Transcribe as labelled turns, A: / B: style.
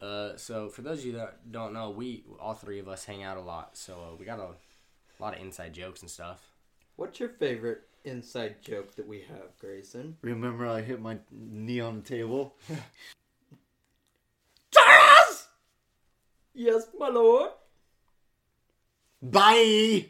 A: Uh, so for those of you that don't know, we all three of us hang out a lot, so uh, we got a lot of inside jokes and stuff.
B: What's your favorite inside joke that we have, Grayson?
C: Remember, I hit my knee on the table.
B: Charles! Yes, my lord.
C: Bye.